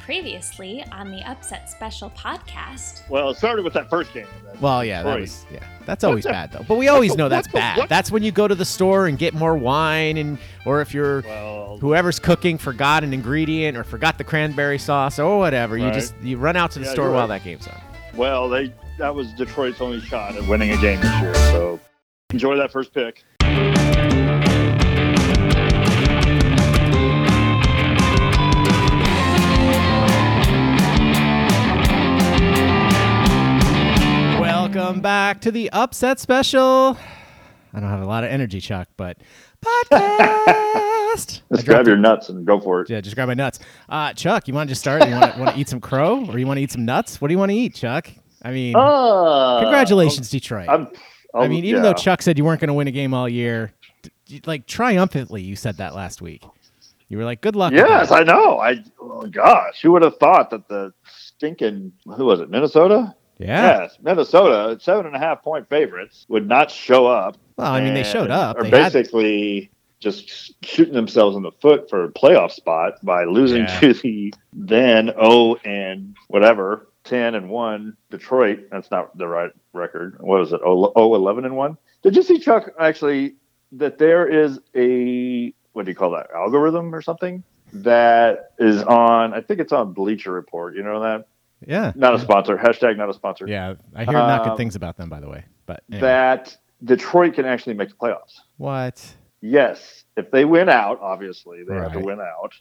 previously on the Upset Special podcast. Well, it started with that first game. That Well, yeah, that Detroit. was yeah. That's always bad though. But we always know that's What the- bad. what- That's when you go to the store and get more wine, and or if you're well, whoever's cooking forgot an ingredient or forgot the cranberry sauce or whatever, you Right. just you run out to the Yeah, store you're while right. that game's on. well, they that was Detroit's only shot at winning a game this year. So enjoy that first pick. Welcome back to the upset special. I don't have a lot of energy, Chuck, but podcast. I Just grab dropped your nuts and go for it. it. yeah, just grab my nuts. Uh, Chuck, you want to just start? You want to eat some crow, or you want to eat some nuts? What do you want to eat, Chuck? I mean, Ah, Oh, congratulations, Detroit. I'm, I'm, I mean, even yeah. though Chuck said you weren't going to win a game all year, d- d- like triumphantly, you said that last week. You were like, "Good luck." with Yes, that." I know. I oh, gosh, who would have thought that the stinking who was it, Minnesota? yeah. Yes, Minnesota, seven and a half point favorites, would not show up. Well, I mean, they and showed up. Are They had, basically just shooting themselves in the foot for a playoff spot by losing Yeah. to the then oh and whatever ten and one Detroit. That's not the right record. What is it? Oh, oh 11 and one. Did you see Chuck actually that there is a what do you call that algorithm or something that is on? I think it's on Bleacher Report. You know that yeah, not a sponsor. Hashtag not a sponsor. yeah. I hear not good Um, things about them, by the way. But anyway. That Detroit can actually make the playoffs. what? Yes, if they win out, obviously they have to Right. win out,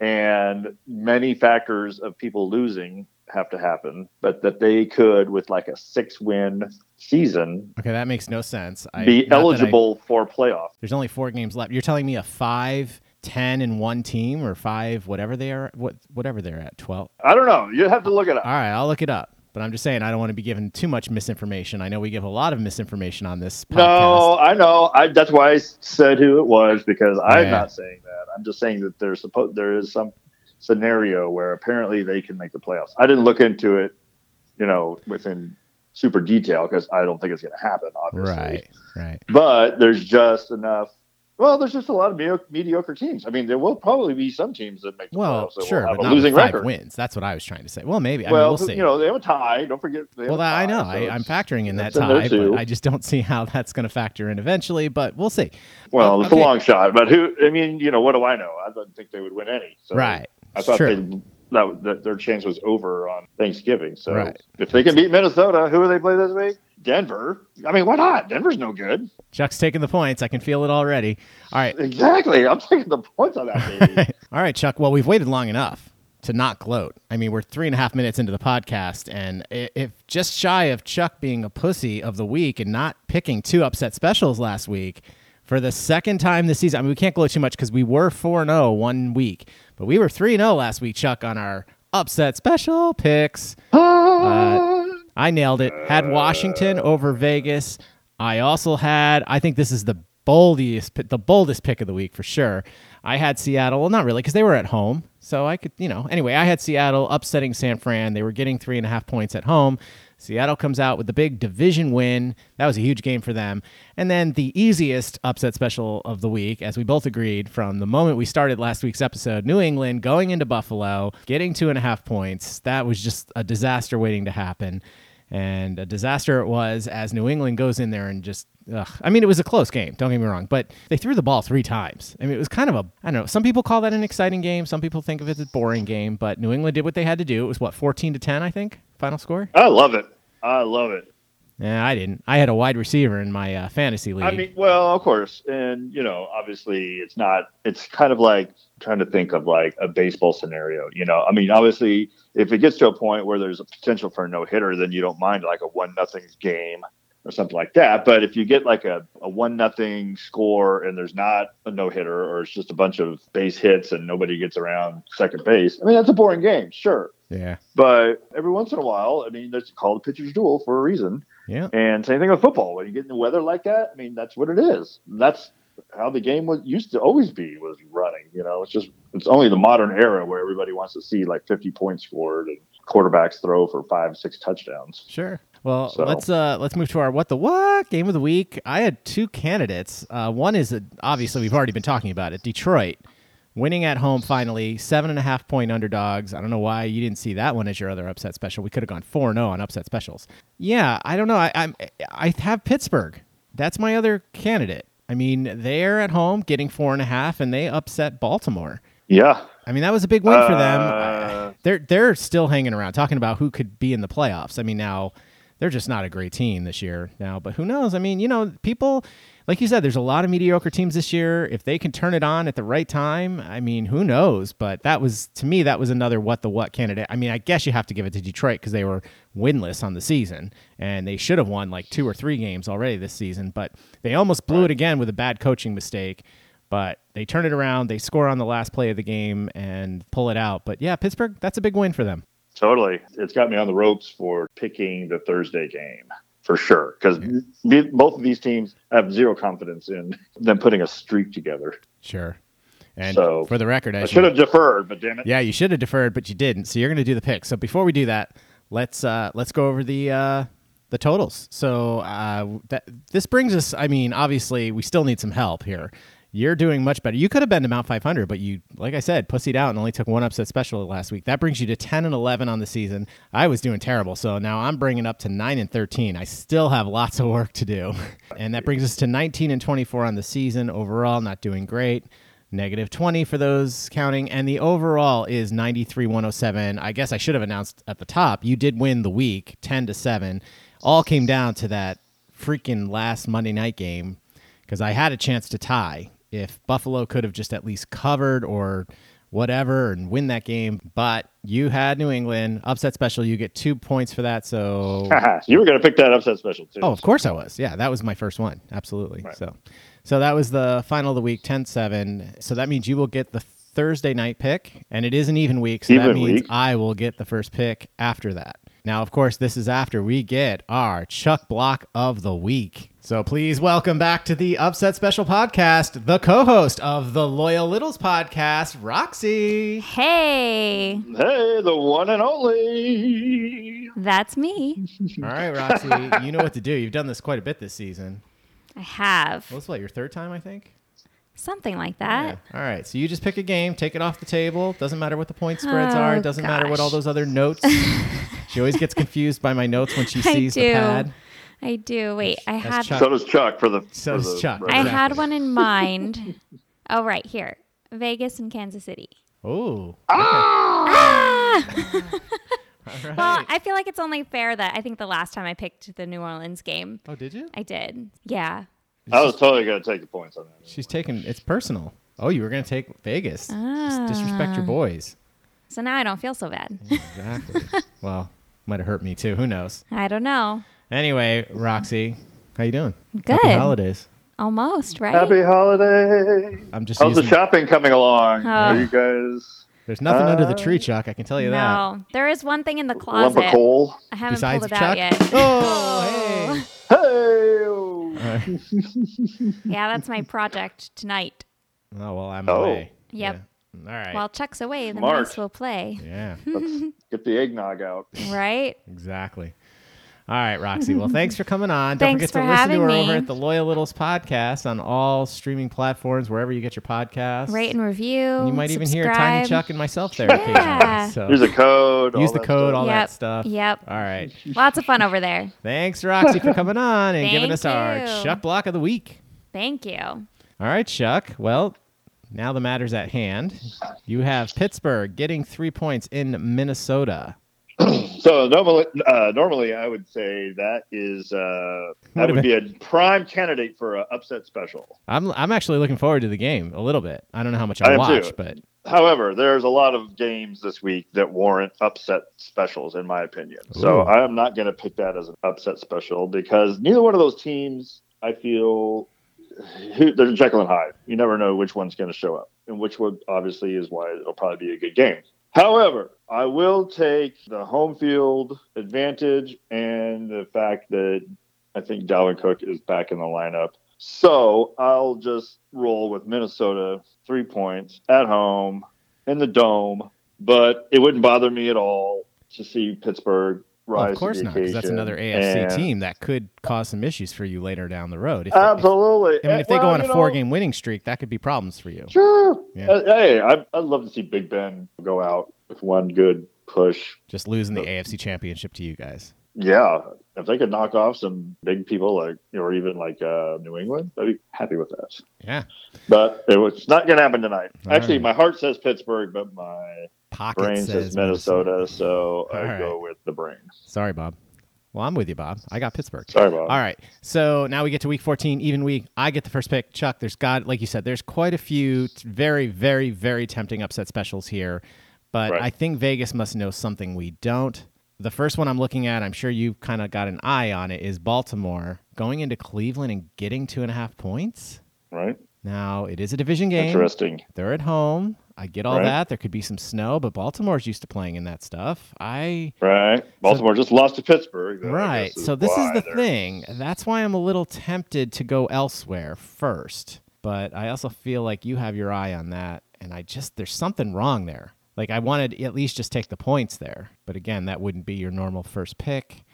and many factors of people losing have to happen. But that they could, with like a six-win season, Okay, that makes no sense. I, be not that I- eligible for playoff. there's only four games left. You're telling me a five, ten, and one team, or five, whatever they are, what, whatever they're at, twelve. I don't know. You have to look it up. All right, I'll look it up. But I'm just saying, I don't want to be given too much misinformation. I know we give a lot of misinformation on this podcast. No, I know. I, that's why I said who it was because I'm Yeah. not saying that. I'm just saying that there's supposed there is some scenario where apparently they can make the playoffs. I didn't look into it, you know, within super detail because I don't think it's going to happen. Obviously, right, right. but there's just enough. Well, there's just a lot of medio- mediocre teams. I mean, there will probably be some teams that make the Well, playoffs that sure, will have a but not with losing five record. wins. That's what I was trying to say. Well, maybe. I mean, Well, we'll see. you know, they have a tie. Don't forget. They have well, a I know. tie, so I, I'm it's- factoring in that that's in there tie, too. but I just don't see how that's going to factor in eventually. But we'll see. Well, it's Oh, Okay. a long shot, but who? I mean, you know, what do I know? I don't think they would win any. So right. I thought Sure. they that, that their chance was over on Thanksgiving. So Right. if they can beat Minnesota, who do they play this week? Denver. I mean, why not? Denver's no good. Chuck's taking the points. I can feel it already. All right. Exactly. I'm taking the points on that baby. All right, Chuck. Well, we've waited long enough to not gloat. I mean, we're three and a half minutes into the podcast, and i- if just shy of Chuck being a pussy of the week and not picking two upset specials last week for the second time this season, I mean, we can't gloat too much because we were 4 0 one week, but we were 3 0 last week, Chuck, on our upset special picks. I nailed it. Had Washington over Vegas. I also had. I think this is the boldest, the boldest pick of the week for sure. I had Seattle. Well, not really, because they were at home, so I could, you know. Anyway, I had Seattle upsetting San Fran. They were getting three and a half points at home. Seattle comes out with the big division win. That was a huge game for them. And then the easiest upset special of the week, as we both agreed from the moment we started last week's episode New England going into Buffalo, getting two and a half points. That was just a disaster waiting to happen. And a disaster it was as New England goes in there and just, ugh. I mean, it was a close game, don't get me wrong, but they threw the ball three times. I mean, it was kind of a, I don't know, some people call that an exciting game. Some people think of it as a boring game, but New England did what they had to do. It was what, 14 to 10, I think, final score? I love it. I love it. Yeah, I didn't. I had a wide receiver in my uh, fantasy league. I mean, well, of course, and you know, obviously, it's not. It's kind of like trying to think of like a baseball scenario. You know, I mean, obviously, if it gets to a point where there's a potential for a no hitter, then you don't mind like a one nothing game or something like that. But if you get like a, a one nothing score and there's not a no hitter, or it's just a bunch of base hits and nobody gets around second base, I mean, that's a boring game, sure. yeah, But every once in a while, I mean, that's called a pitcher's duel for a reason. yeah, And same thing with football. When you get in the weather like that, I mean, that's what it is. That's how the game was used to always be was running. You know, it's just it's only the modern era where everybody wants to see like 50 points scored and quarterbacks throw for five, six touchdowns. sure. Well, So- let's uh let's move to our what the what game of the week. I had two candidates. Uh, one is uh obviously we've already been talking about it. Detroit winning at home finally, seven and a half point underdogs. I don't know why you didn't see that one as your other upset special. We could have gone four zero on upset specials. Yeah, I don't know. I, I'm I have Pittsburgh. That's my other candidate. I mean, they're at home getting four and a half, and they upset Baltimore. Yeah. I mean, that was a big win for them. Uh, They're they're still hanging around, talking about who could be in the playoffs. I mean, now they're just not a great team this year now, but who knows? I mean, you know, people like you said, there's a lot of mediocre teams this year. If they can turn it on at the right time, I mean, who knows? But that was to me, that was another what the what candidate. I mean, I guess you have to give it to Detroit because they were winless on the season and they should have won like two or three games already this season, but they almost blew it again with a bad coaching mistake but they turn it around. They score on the last play of the game and pull it out. But yeah, Pittsburgh, that's a big win for them. Totally. It's got me on the ropes for picking the Thursday game for sure because both of these teams have zero confidence in them putting a streak together. Sure. And So, for the record, I I should have deferred, but damn it. Yeah, you should have deferred, but you didn't. So you're going to do the pick. So before we do that, let's uh, let's go over the uh, the totals. So uh, that, this brings us. I mean, obviously, we still need some help here. You're doing much better. You could have been to Mount 500, but you, like I said, pussied out and only took one upset special last week. That brings you to 10 and 11 on the season. I was doing terrible, so now I'm bringing up to 9 and 13. I still have lots of work to do, and that brings us to 19 and 24 on the season overall. Not doing great negative 20 for those counting and the overall is 93 107 i guess i should have announced at the top you did win the week 10 to 7 all came down to that freaking last monday night game because i had a chance to tie if buffalo could have just at least covered or whatever and win that game but you had new england upset special you get two points for that so you were going to pick that upset special too. Oh, of course I was. Yeah, that was my first one. Absolutely. Right. So, so that was the final of the week, 10-7. So that means you will get the Thursday night pick, and it is an even week. So that Even means week. I will get the first pick after that. Now, of course, this is after we get our Chuck Block of the week. So please welcome back to the Upset Special Podcast, the co-host of the Loyal Littles Podcast, Roxy. Hey, Hey, the one and only. that's me. All right, Roxy, you know what to do. You've done this quite a bit this season. I have Well, it's what your third time, I think. something like that. Yeah. All right. So you just pick a game, take it off the table. Doesn't matter what the point spreads are. Oh, Doesn't matter what all gosh. those other notes. she always gets confused by my notes when she I sees the do. pad. I do. Wait, I had That's Chuck. So does Chuck for the. So for does the- Chuck. I Exactly. had one in mind. oh, right here. Vegas and Kansas City. Oh. All right. Ah! Well, I feel like it's only fair that I think the last time I picked the New Orleans game, oh, did you? I did. Yeah. I was totally going to take the points on that. She's taking it's personal. Oh, you were gonna take Vegas. Just disrespect your Ah. boys. So now I don't feel so bad. Exactly. well, might have hurt me too. Who knows? I don't know. Anyway, Roxy, how you doing? Happy Good. holidays. Almost, right? Happy holiday. I'm just How's the using, shopping coming along? Oh. Are you guys there's nothing under the Uh, tree, Chuck. I can tell you that. No, there is one thing in the lump of closet. coal? I haven't Besides pulled it out Chuck. yet. Oh, hey. Hey. Yeah, that's my project tonight. Oh well, I'm Oh. away. Yep. Yeah. All right. While Chuck's away, the Smart. mice will play. yeah. hmm. Let's get the eggnog out. Right? Exactly. All right, Roxy. Well, thanks for coming on. Don't Thanks forget for to listen to having her me. over at the Loyal Littles podcast on all streaming platforms, wherever you get your podcasts. Rate and review. And you might even hear subscribe. Tiny Chuck and myself there. Yeah. occasionally. So Use the code. use all the that code, stuff. all Yep. that stuff. Yep. All right. Lots of fun over there. Thanks, Roxy, for coming on and giving Thank us our you. Chuck block of the week. Thank you. All right, Chuck. Well, now the matter's at hand. You have Pittsburgh getting three points in Minnesota. So normally, uh, normally I would say that is uh, that Would've would be a prime candidate for an upset special. I'm I'm actually looking forward to the game a little bit. I don't know how much I I am watch, too. but However, there's a lot of games this week that warrant upset specials, in my opinion. So Ooh. I am not going to pick that as an upset special because neither one of those teams, I feel, who- they're Jekyll and Hyde. You never know which one's going to show up, and which one obviously is why it'll probably be a good game. However, I will take the home field advantage and the fact that I think Dalvin Cook is back in the lineup. So I'll just roll with Minnesota, three points at home in the dome. But it wouldn't bother me at all to see Pittsburgh rise. of course to the not, because that's occasion. another AFC And- team that could cause some issues for you later down the road. If they- if- Absolutely. I mean, if they go Uh, Well, on you a know, four-game winning streak, that could be problems for you. Sure. Yeah. Uh, hey, I, I'd love to see Big Ben go out with one good push. Just losing the AFC Championship to you guys. Yeah, if they could knock off some big people like, or even like uh, New England, I'd be happy with that. Yeah, But it was not going to happen tonight. All Actually, right. my heart says Pittsburgh, but my pocket brain says, says Minnesota, so I All right. go with the brains. Sorry, Bob. Well, I'm with you, Bob. I got Pittsburgh. Sorry about All right. So now we get to week 14, even week. I get the first pick. Chuck, there's God, like you said, there's quite a few t- very, very, very tempting upset specials here. But Right. I think Vegas must know something we don't. The first one I'm looking at, I'm sure you've kind of got an eye on it, is Baltimore going into Cleveland and getting two and a half points. right. Now, it is a division game. Interesting. They're at home. I get all Right. that. There could be some snow, but Baltimore's used to playing in that stuff. I. Right. Baltimore just lost to Pittsburgh. That I Right. guess is So this is why the they're- thing. That's why I'm a little tempted to go elsewhere first. But I also feel like you have your eye on that. And I just, there's something wrong there. Like I wanted to at least just take the points there. But again, that wouldn't be your normal first pick.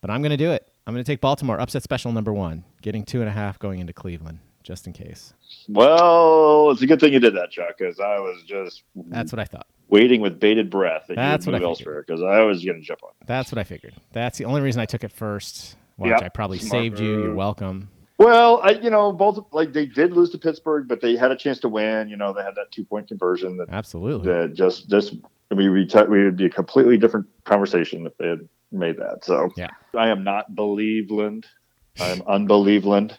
But I'm going to do it. I'm going to take Baltimore, upset special number one, getting two and a half going into Cleveland, just in case. Well, it's a good thing you did that, Chuck, because I was just That's what I thought. waiting with bated breath that That's you what I would move elsewhere because I was going to jump on. That's what I figured. That's the only reason I took it first. Watch, Yep. I probably Smart saved you. You're move. welcome. Well, I, you know, both like they did lose to Pittsburgh, but they had a chance to win. You know, they had that two point conversion that Absolutely. that just this we we t- we would be a completely different conversation if they had made that. So Yeah. I am not Believeland. I'm unbelieveland.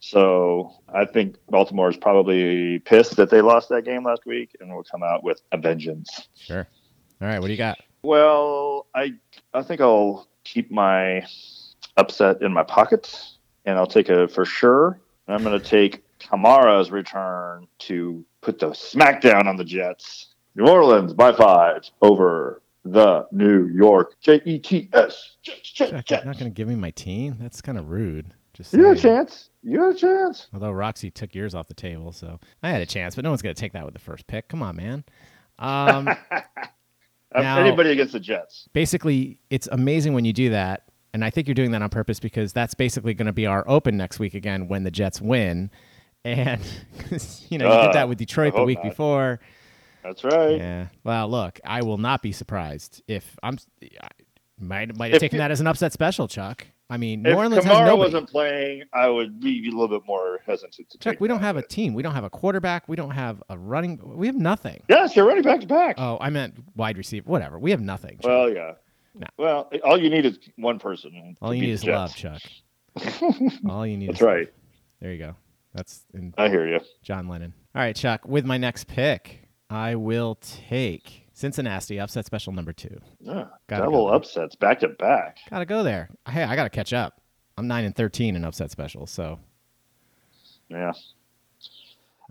So I think Baltimore is probably pissed that they lost that game last week and will come out with a vengeance. Sure. All right. What do you got? Well, I I think I'll keep my upset in my pocket, and I'll take a for sure. And I'm going to take Kamara's return to put the smackdown on the Jets. New Orleans by five over the New York E J-E-T-S. Jets, Jets, Jack, Jets. you're not going to give me my team? That's kind of rude. Just E You had a saying. chance. You had a chance. Although Roxy took yours off the table, so I had a chance, but no one's going to take that with the first pick. Come on, man. Um, Um, Now- Anybody against the Jets? basically, it's amazing when you do that. And I think you're doing that on purpose because that's basically going to be our open next week again when the Jets win. And, 'cause, you know, you Uh, did that with Detroit I the hope week not. before. That's right. Yeah. Well, look, I will not be surprised if I'm. I might, might have If taken you- that as an upset special, Chuck. I mean, If New Orleans has Kamara nobody. wasn't playing, I would be a little bit more hesitant to Chuck, take we don't that. have a team. We don't have a quarterback. We don't have a running. We have nothing. Yes, you're running back to back. Oh, I meant wide receiver. Whatever. We have nothing. Chuck. Well, yeah. No. Well, all you need is one person. and All to you beat need the is Jets. love, Chuck. All you need That's is love. right. There you go. That's in I hear you. John Lennon. All right, Chuck. With my next pick, I will take Cincinnati upset special number two. Yeah. Gotta Double go. upsets back to back. Gotta go there. Hey, I gotta catch up. I'm nine and thirteen in upset special. So Yeah.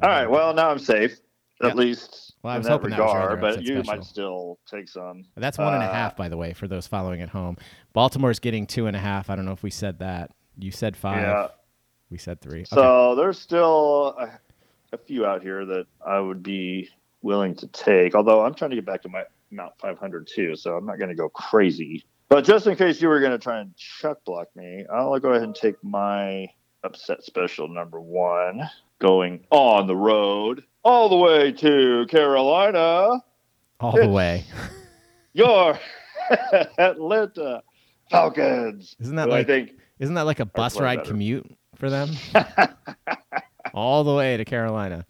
All right. Well, now I'm safe. At Yeah. least Well, I in was that hoping that was your regard, other but upset you special. might still take some. That's one and a half, Uh, by the way, for those following at home. Baltimore's getting two and a half. I don't know if we said that. You said five. Yeah. We said three. okay. So there's still a, a few out here that I would be willing to take. Although I'm trying to get back to my Mount 500 too, so I'm not going to go crazy. But just in case you were going to try and chuck block me, I'll go ahead and take my upset special number one, going on the road all the way to Carolina. all the way. Your Atlanta Falcons. Isn't that Who I like think isn't that like a bus play ride better. commute for them? all the way to Carolina.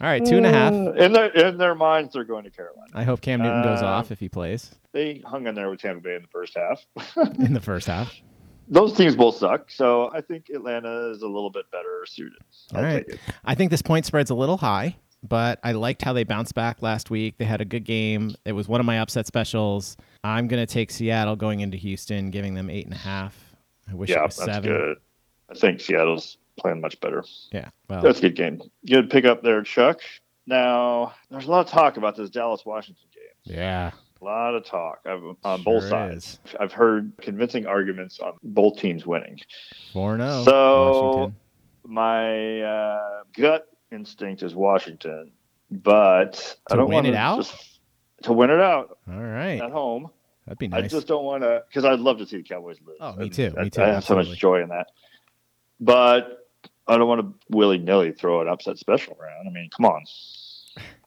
All right, two and a half. Uh, In their in their minds, they're going to Carolina. I hope Cam Newton goes Uh, off if he plays They hung in there with Tampa Bay in the first half. in the first half. Those teams both suck, so I think Atlanta is a little bit better suited. All I'll right. take it. I think this point spread's a little high, but I liked how they bounced back last week. They had a good game. It was one of my upset specials. I'm gonna take Seattle going into Houston, giving them eight and a half. I wish Yeah, it was that's seven. good. I think Seattle's playing much better. Yeah. Well, That's a good game. Good pickup there, Chuck. Now, there's a lot of talk about this Dallas Washington game. yeah. A lot of talk I've, on both sure sides. is. I've heard convincing arguments on both teams winning. Four and oh. So- Washington. my uh, gut instinct is Washington, but To I don't win want it out? Just, to win it out All right. at home, That'd be nice. I just don't want to because I'd love to see the Cowboys lose. Oh, me And too, me I, too, I have so much absolutely. joy in that, but I don't want to willy nilly throw an upset special around. I mean, come on.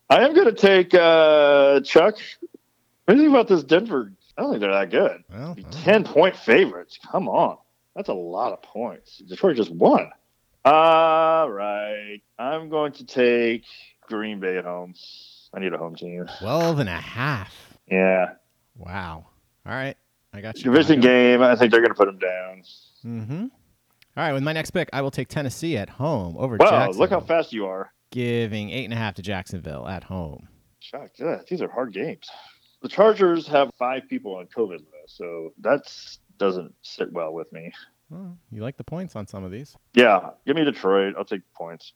I am going to take uh, Chuck. What do you think about this Denver? I don't think they're that good. well, all right. Ten point favorites. Come on, that's a lot of points. Detroit just won. All right, I'm going to take Green Bay at home. I need a home team. 12 and a half. Yeah, Wow. All right. I got you. division game. I think they're going to put them down. Mm-hmm. All right. With my next pick, I will take Tennessee at home over Wow, Jacksonville. look how fast you are. Giving eight and a half to Jacksonville at home. Chuck, yeah, these are hard games. The Chargers have five people on COVID list, so that's doesn't sit well with me. Well, you like the points on some of these. Yeah, give me Detroit. I'll take points.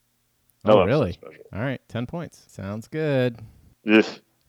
oh, upset really? special. All right. 10 points. Sounds good. Ugh,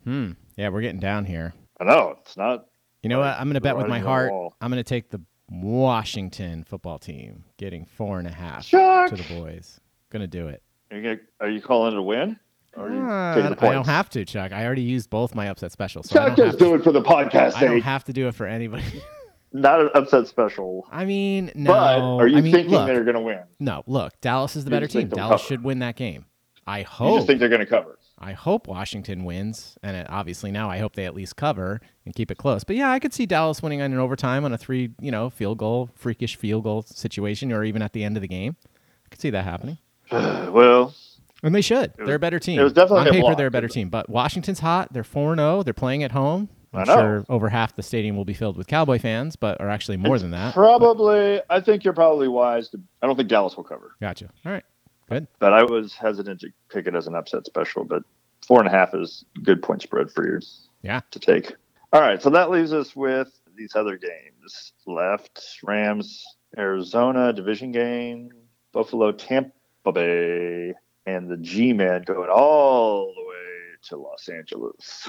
Hmm. Yeah, we're getting down here. I know it's not. You know Right. what? I'm going to bet with Right my on the heart. wall. I'm going to take the Washington football team getting four and a half Chuck, Ah, to the boys. Going to do it. are you, gonna, are you calling it a win? Or are you Ah, taking the I don't points? have to, Chuck. I already used both my upset specials. So I Chuck don't have just to- do it for the podcast I don't sake, have to do it for anybody. not an upset special. I mean, no. but are you I mean, thinking look, they're going to win? no, look, Dallas is the You better just think team. they'll Dallas cover. should win that game. I You hope. just think they're going to cover? I hope Washington wins, and it, obviously now I hope they at least cover and keep it close. But yeah, I could see Dallas winning on an overtime on a three, you know, field goal, freakish field goal situation, or even at the end of the game. I could see that happening, well, and they should. was- they're a better team. it was definitely on a paper block, they're a better isn't team, but Washington's hot. They're four four zero. They're playing at home. I'm I know. sure over half the stadium will be filled with Cowboy fans, but or actually more it's than that. Probably, I think you're probably wise to. I don't think Dallas will cover. Gotcha. All right. Good. but I was hesitant to pick it as an upset special. But four and a half is a good point spread for you Yeah. to take. All right, so that leaves us with these other games left: Rams, Arizona division game, Buffalo, Tampa Bay, and the G-Man going all the way to Los Angeles.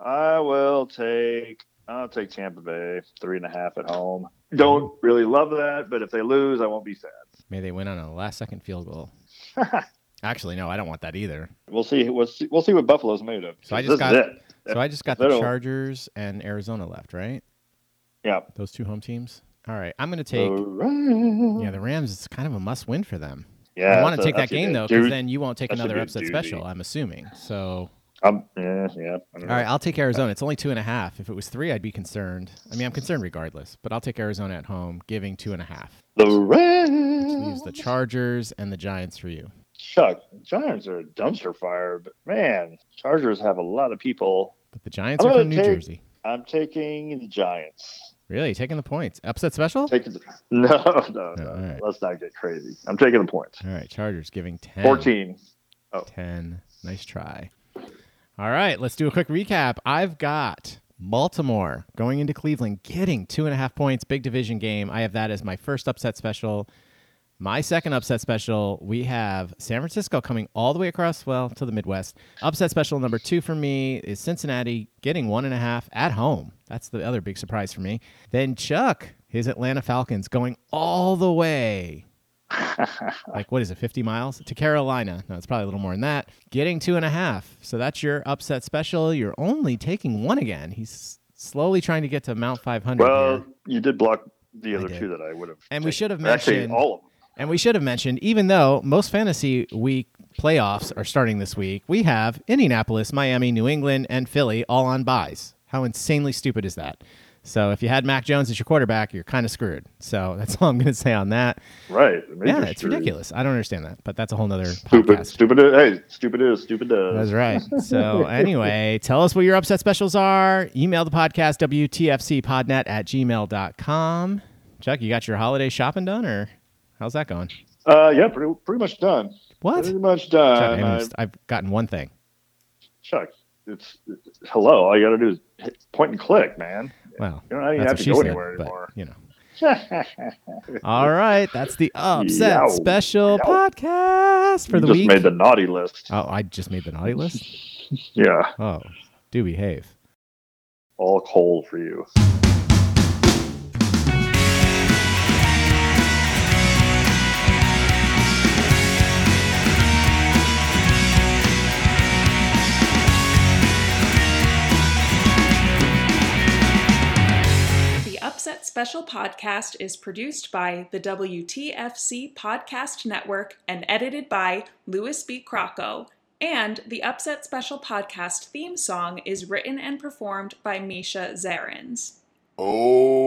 I will take. I'll take Tampa Bay three and a half at home. Don't really love that, but if they lose, I won't be sad. May they win on a last second field goal. Actually, no, I don't want that either. We'll see. We'll see, we'll see what Buffalo's made of. So I This just is got- it. So I just got Little. the Chargers and Arizona left, right? Yeah. Those two home teams. All right. I'm going to take. All right. Yeah, the Rams is kind of a must win for them. Yeah, I want to that's a- take that that's a game, good- though, because dude, then you won't take that should another be a upset doozy. special, I'm assuming. So, I'm, um, yeah, yeah. I all don't know. right, I'll take Arizona. It's only two and a half. If it was three, I'd be concerned. I mean, I'm concerned regardless, but I'll take Arizona at home, giving two and a half. The Leaves Rams. the Chargers and the Giants for you. Chuck, Giants are a dumpster fire, but man, Chargers have a lot of people. But the Giants I'm are gonna from New take- Jersey. I'm taking the Giants. Really? Taking the points. Upset special? Taking the, no, no, no. all right. Let's not get crazy. I'm taking the points. All right, Chargers giving 10. 14. 10. Nice try. All right, let's do a quick recap. I've got Baltimore going into Cleveland, getting two and a half points, big division game. I have that as my first upset special. My second upset special, we have San Francisco coming all the way across, well, to the Midwest. Upset special number two for me is Cincinnati getting one and a half at home. That's the other big surprise for me. Then Chuck, his Atlanta Falcons going all the way like what is it 50 miles to carolina no it's probably a little more than that getting two and a half so that's your upset special you're only taking one again he's slowly trying to get to mount 500 Well, here. you did block the other did. two that I would have. And we taken. should have mentioned- Actually, all of them. and we should have mentioned even though most fantasy week playoffs are starting this week we have indianapolis miami new england and philly all on buys how insanely stupid is that so if you had mac jones as your quarterback you're kind of screwed so that's all i'm going to say on that Right. yeah Major it's screw. ridiculous i don't understand that but that's a whole nother Stupid, podcast stupid. Hey, stupid is stupid does. That's right. So, anyway, tell us what your upset specials are. Email the podcast, WTFCpodnet at gmail.com. Chuck, you got your holiday shopping done, or how's that going? Uh, yeah, pretty, pretty much done. What? Pretty Chuck, much I done. haven't Um, I- even- I've gotten one thing. Chuck, it's, it's- hello. All you got to do is hit point and click, man. Well, You don't even that's have what to she go said, anywhere but, anymore. you know. All right, that's the upset Yow. special Yow. podcast for you the just week. made the naughty list. oh, I just made the naughty list. Yeah, Oh, do behave. all coal for you. Upset Special podcast is produced by the WTFC Podcast Network and edited by Louis B. Crocco. And the Upset Special podcast theme song is written and performed by Misha Zarens. Oh.